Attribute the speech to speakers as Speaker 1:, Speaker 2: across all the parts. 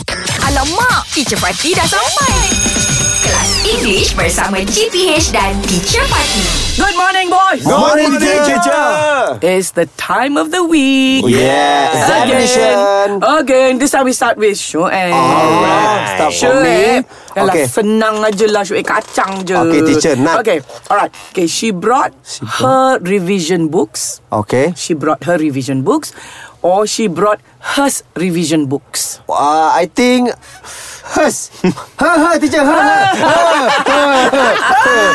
Speaker 1: kacau mak. Teacher Fatih dah sampai. Kelas English bersama GPH dan Teacher Fatih.
Speaker 2: Good morning, boys.
Speaker 3: Good morning, teacher. Oh,
Speaker 2: It's the time of the week.
Speaker 3: Yes.
Speaker 2: Again, again. This time we start with Shoaib.
Speaker 3: Alright. Start from
Speaker 2: Shoaib.
Speaker 3: me.
Speaker 2: Yalah,
Speaker 3: Okay.
Speaker 2: senang aje lah Shoaib kacang je.
Speaker 3: Okay, teacher, Nat.
Speaker 2: Okay, alright. Okay, she brought her revision books.
Speaker 3: Okay.
Speaker 2: She brought her revision books, or she brought hers revision books.
Speaker 3: Uh, I think hers. Her, her, teacher. ha, Her, her. Her, her, her.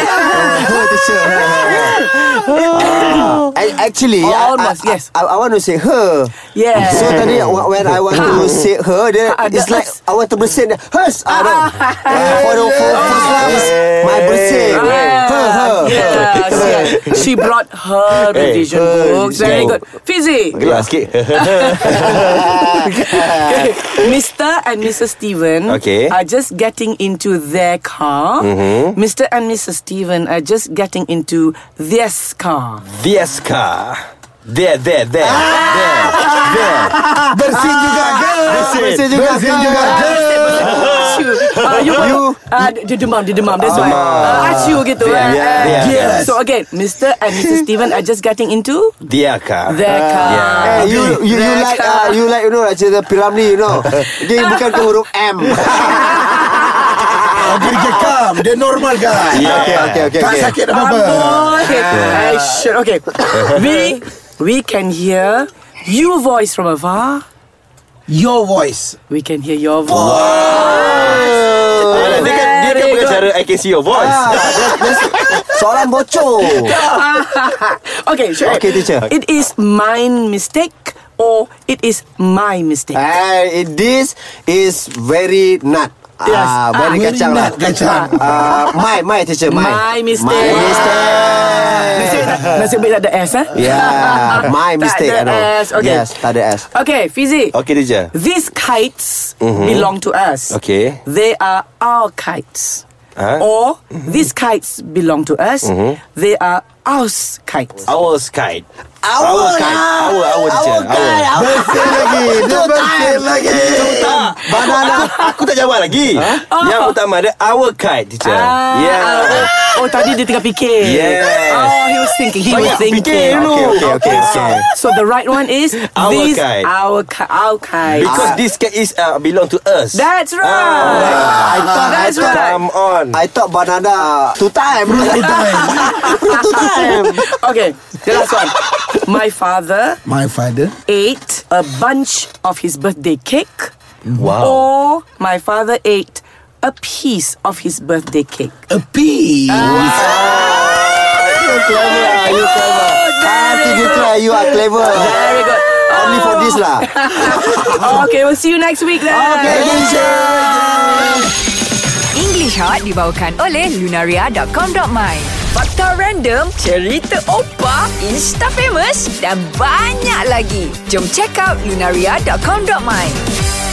Speaker 3: Her, her, teacher. Her, her. Uh, ac- Actually, I-
Speaker 2: Almost,
Speaker 3: I, I,
Speaker 2: yes.
Speaker 3: I, I want to say her.
Speaker 2: Yeah.
Speaker 3: So tadi wh- when I want to say her, then
Speaker 2: Ah,
Speaker 3: it's
Speaker 2: the
Speaker 3: like
Speaker 2: hers.
Speaker 3: I want to bersin. Hers. Ah, no. Uh, for the for for Islam, my bersin. Her, her.
Speaker 2: Yes, yes. She brought her revision
Speaker 3: her
Speaker 2: books. Very
Speaker 3: revision
Speaker 2: good. Fizi.
Speaker 4: Gelap sikit
Speaker 2: Okay. Mr. and Mrs. Steven
Speaker 4: Okay.
Speaker 2: are just getting into their car. Mr. and Mrs. Steven are just getting into this car.
Speaker 4: This car There, there, there There, there
Speaker 3: Ah!
Speaker 4: Ah!
Speaker 3: Bersin juga, girl.
Speaker 4: Bersin.
Speaker 3: Bersin juga,
Speaker 4: Bersin
Speaker 3: girl.
Speaker 2: Acu. Uh, you, uh, dia demam, dia demam. That's why. Uh, acu gitu. eh.
Speaker 4: yeah, yeah.
Speaker 2: Yes. So again, Mr. and Mrs. Steven are just getting into
Speaker 4: Their car
Speaker 2: their car.
Speaker 3: Eh, you you, you
Speaker 2: Their
Speaker 3: like
Speaker 2: car.
Speaker 3: uh, you like you know like cerita Piramli you know. Dia bukan ke huruf M.
Speaker 5: Hampir dia calm Dia normal kan
Speaker 4: Ya,
Speaker 3: Yeah. Okay, okay, okay,
Speaker 5: Tak
Speaker 3: okay.
Speaker 5: sakit apa-apa
Speaker 2: Amboi. I should. Okay. we we can hear your voice from afar.
Speaker 5: Your voice
Speaker 2: We can hear your voice.
Speaker 4: Alah, Dia kan, dia kan
Speaker 2: Very
Speaker 4: pakai
Speaker 2: good.
Speaker 4: cara I can see your voice
Speaker 3: Ah. Soalan bocor.
Speaker 2: okay, sure.
Speaker 3: Okay, teacher.
Speaker 2: It is mine mistake or it is my mistake.
Speaker 3: Eh, it- this is very nut.
Speaker 2: Yes.
Speaker 3: Ah, very
Speaker 5: Ah,
Speaker 3: kacang
Speaker 5: very
Speaker 3: lah.
Speaker 5: nut, kacang.
Speaker 3: Ah, my, my teacher, my.
Speaker 2: My mistake.
Speaker 3: My
Speaker 2: Nasib,
Speaker 3: mistake.
Speaker 2: nasib baik tak ada S, eh?
Speaker 3: Yeah, my
Speaker 2: Tak
Speaker 3: mistake.
Speaker 2: ada
Speaker 3: I know.
Speaker 2: S, okay.
Speaker 3: Yes, tak ada S.
Speaker 2: Okay, Fizi.
Speaker 4: Okay, teacher
Speaker 2: These kites
Speaker 3: Mm-hmm.
Speaker 2: belong to us.
Speaker 4: Okay.
Speaker 2: They are our kites.
Speaker 4: Huh? Mm-hmm.
Speaker 2: Or these kites belong to us. They are our kites.
Speaker 4: Our sky
Speaker 3: Our
Speaker 4: kite.
Speaker 3: kite.
Speaker 4: Our, our teacher Our
Speaker 3: Bersin lagi. Dia bersin lagi. Banana.
Speaker 4: Aku tak jawab lagi Yang utama ada Our kite, teacher
Speaker 2: Ah.
Speaker 4: Ya. Yeah
Speaker 2: Oh, tadi dia tengah fikir.
Speaker 4: Yes.
Speaker 2: Oh, he was thinking. He was
Speaker 4: Banyak
Speaker 2: thinking.
Speaker 4: fikir
Speaker 3: Okay,
Speaker 4: dulu
Speaker 3: okay, okay, okay.
Speaker 2: So the right one is
Speaker 4: Our
Speaker 2: these
Speaker 4: kite.
Speaker 2: our ki- our kites.
Speaker 4: Because this cat is uh, belong to us Ah,
Speaker 2: That's right.
Speaker 3: I thought, I
Speaker 2: That's
Speaker 3: thought,
Speaker 2: right.
Speaker 4: Come on
Speaker 3: I thought banana two time. Two time. two time.
Speaker 2: okay, the last one. My father
Speaker 5: My father
Speaker 2: ate a bunch of his birthday cake.
Speaker 4: Wow
Speaker 2: Or my father ate a piece of his birthday cake.
Speaker 5: A piece
Speaker 3: Ah. You clever, you clever. Ah, you try, you are clever.
Speaker 2: Very good.
Speaker 3: Only for this lah.
Speaker 2: okay, we'll see you next week then.
Speaker 1: English Hot dibawakan oleh Lunaria.com.my Fakta random, cerita opa, insta famous dan banyak lagi. Jom check out Lunaria.com.my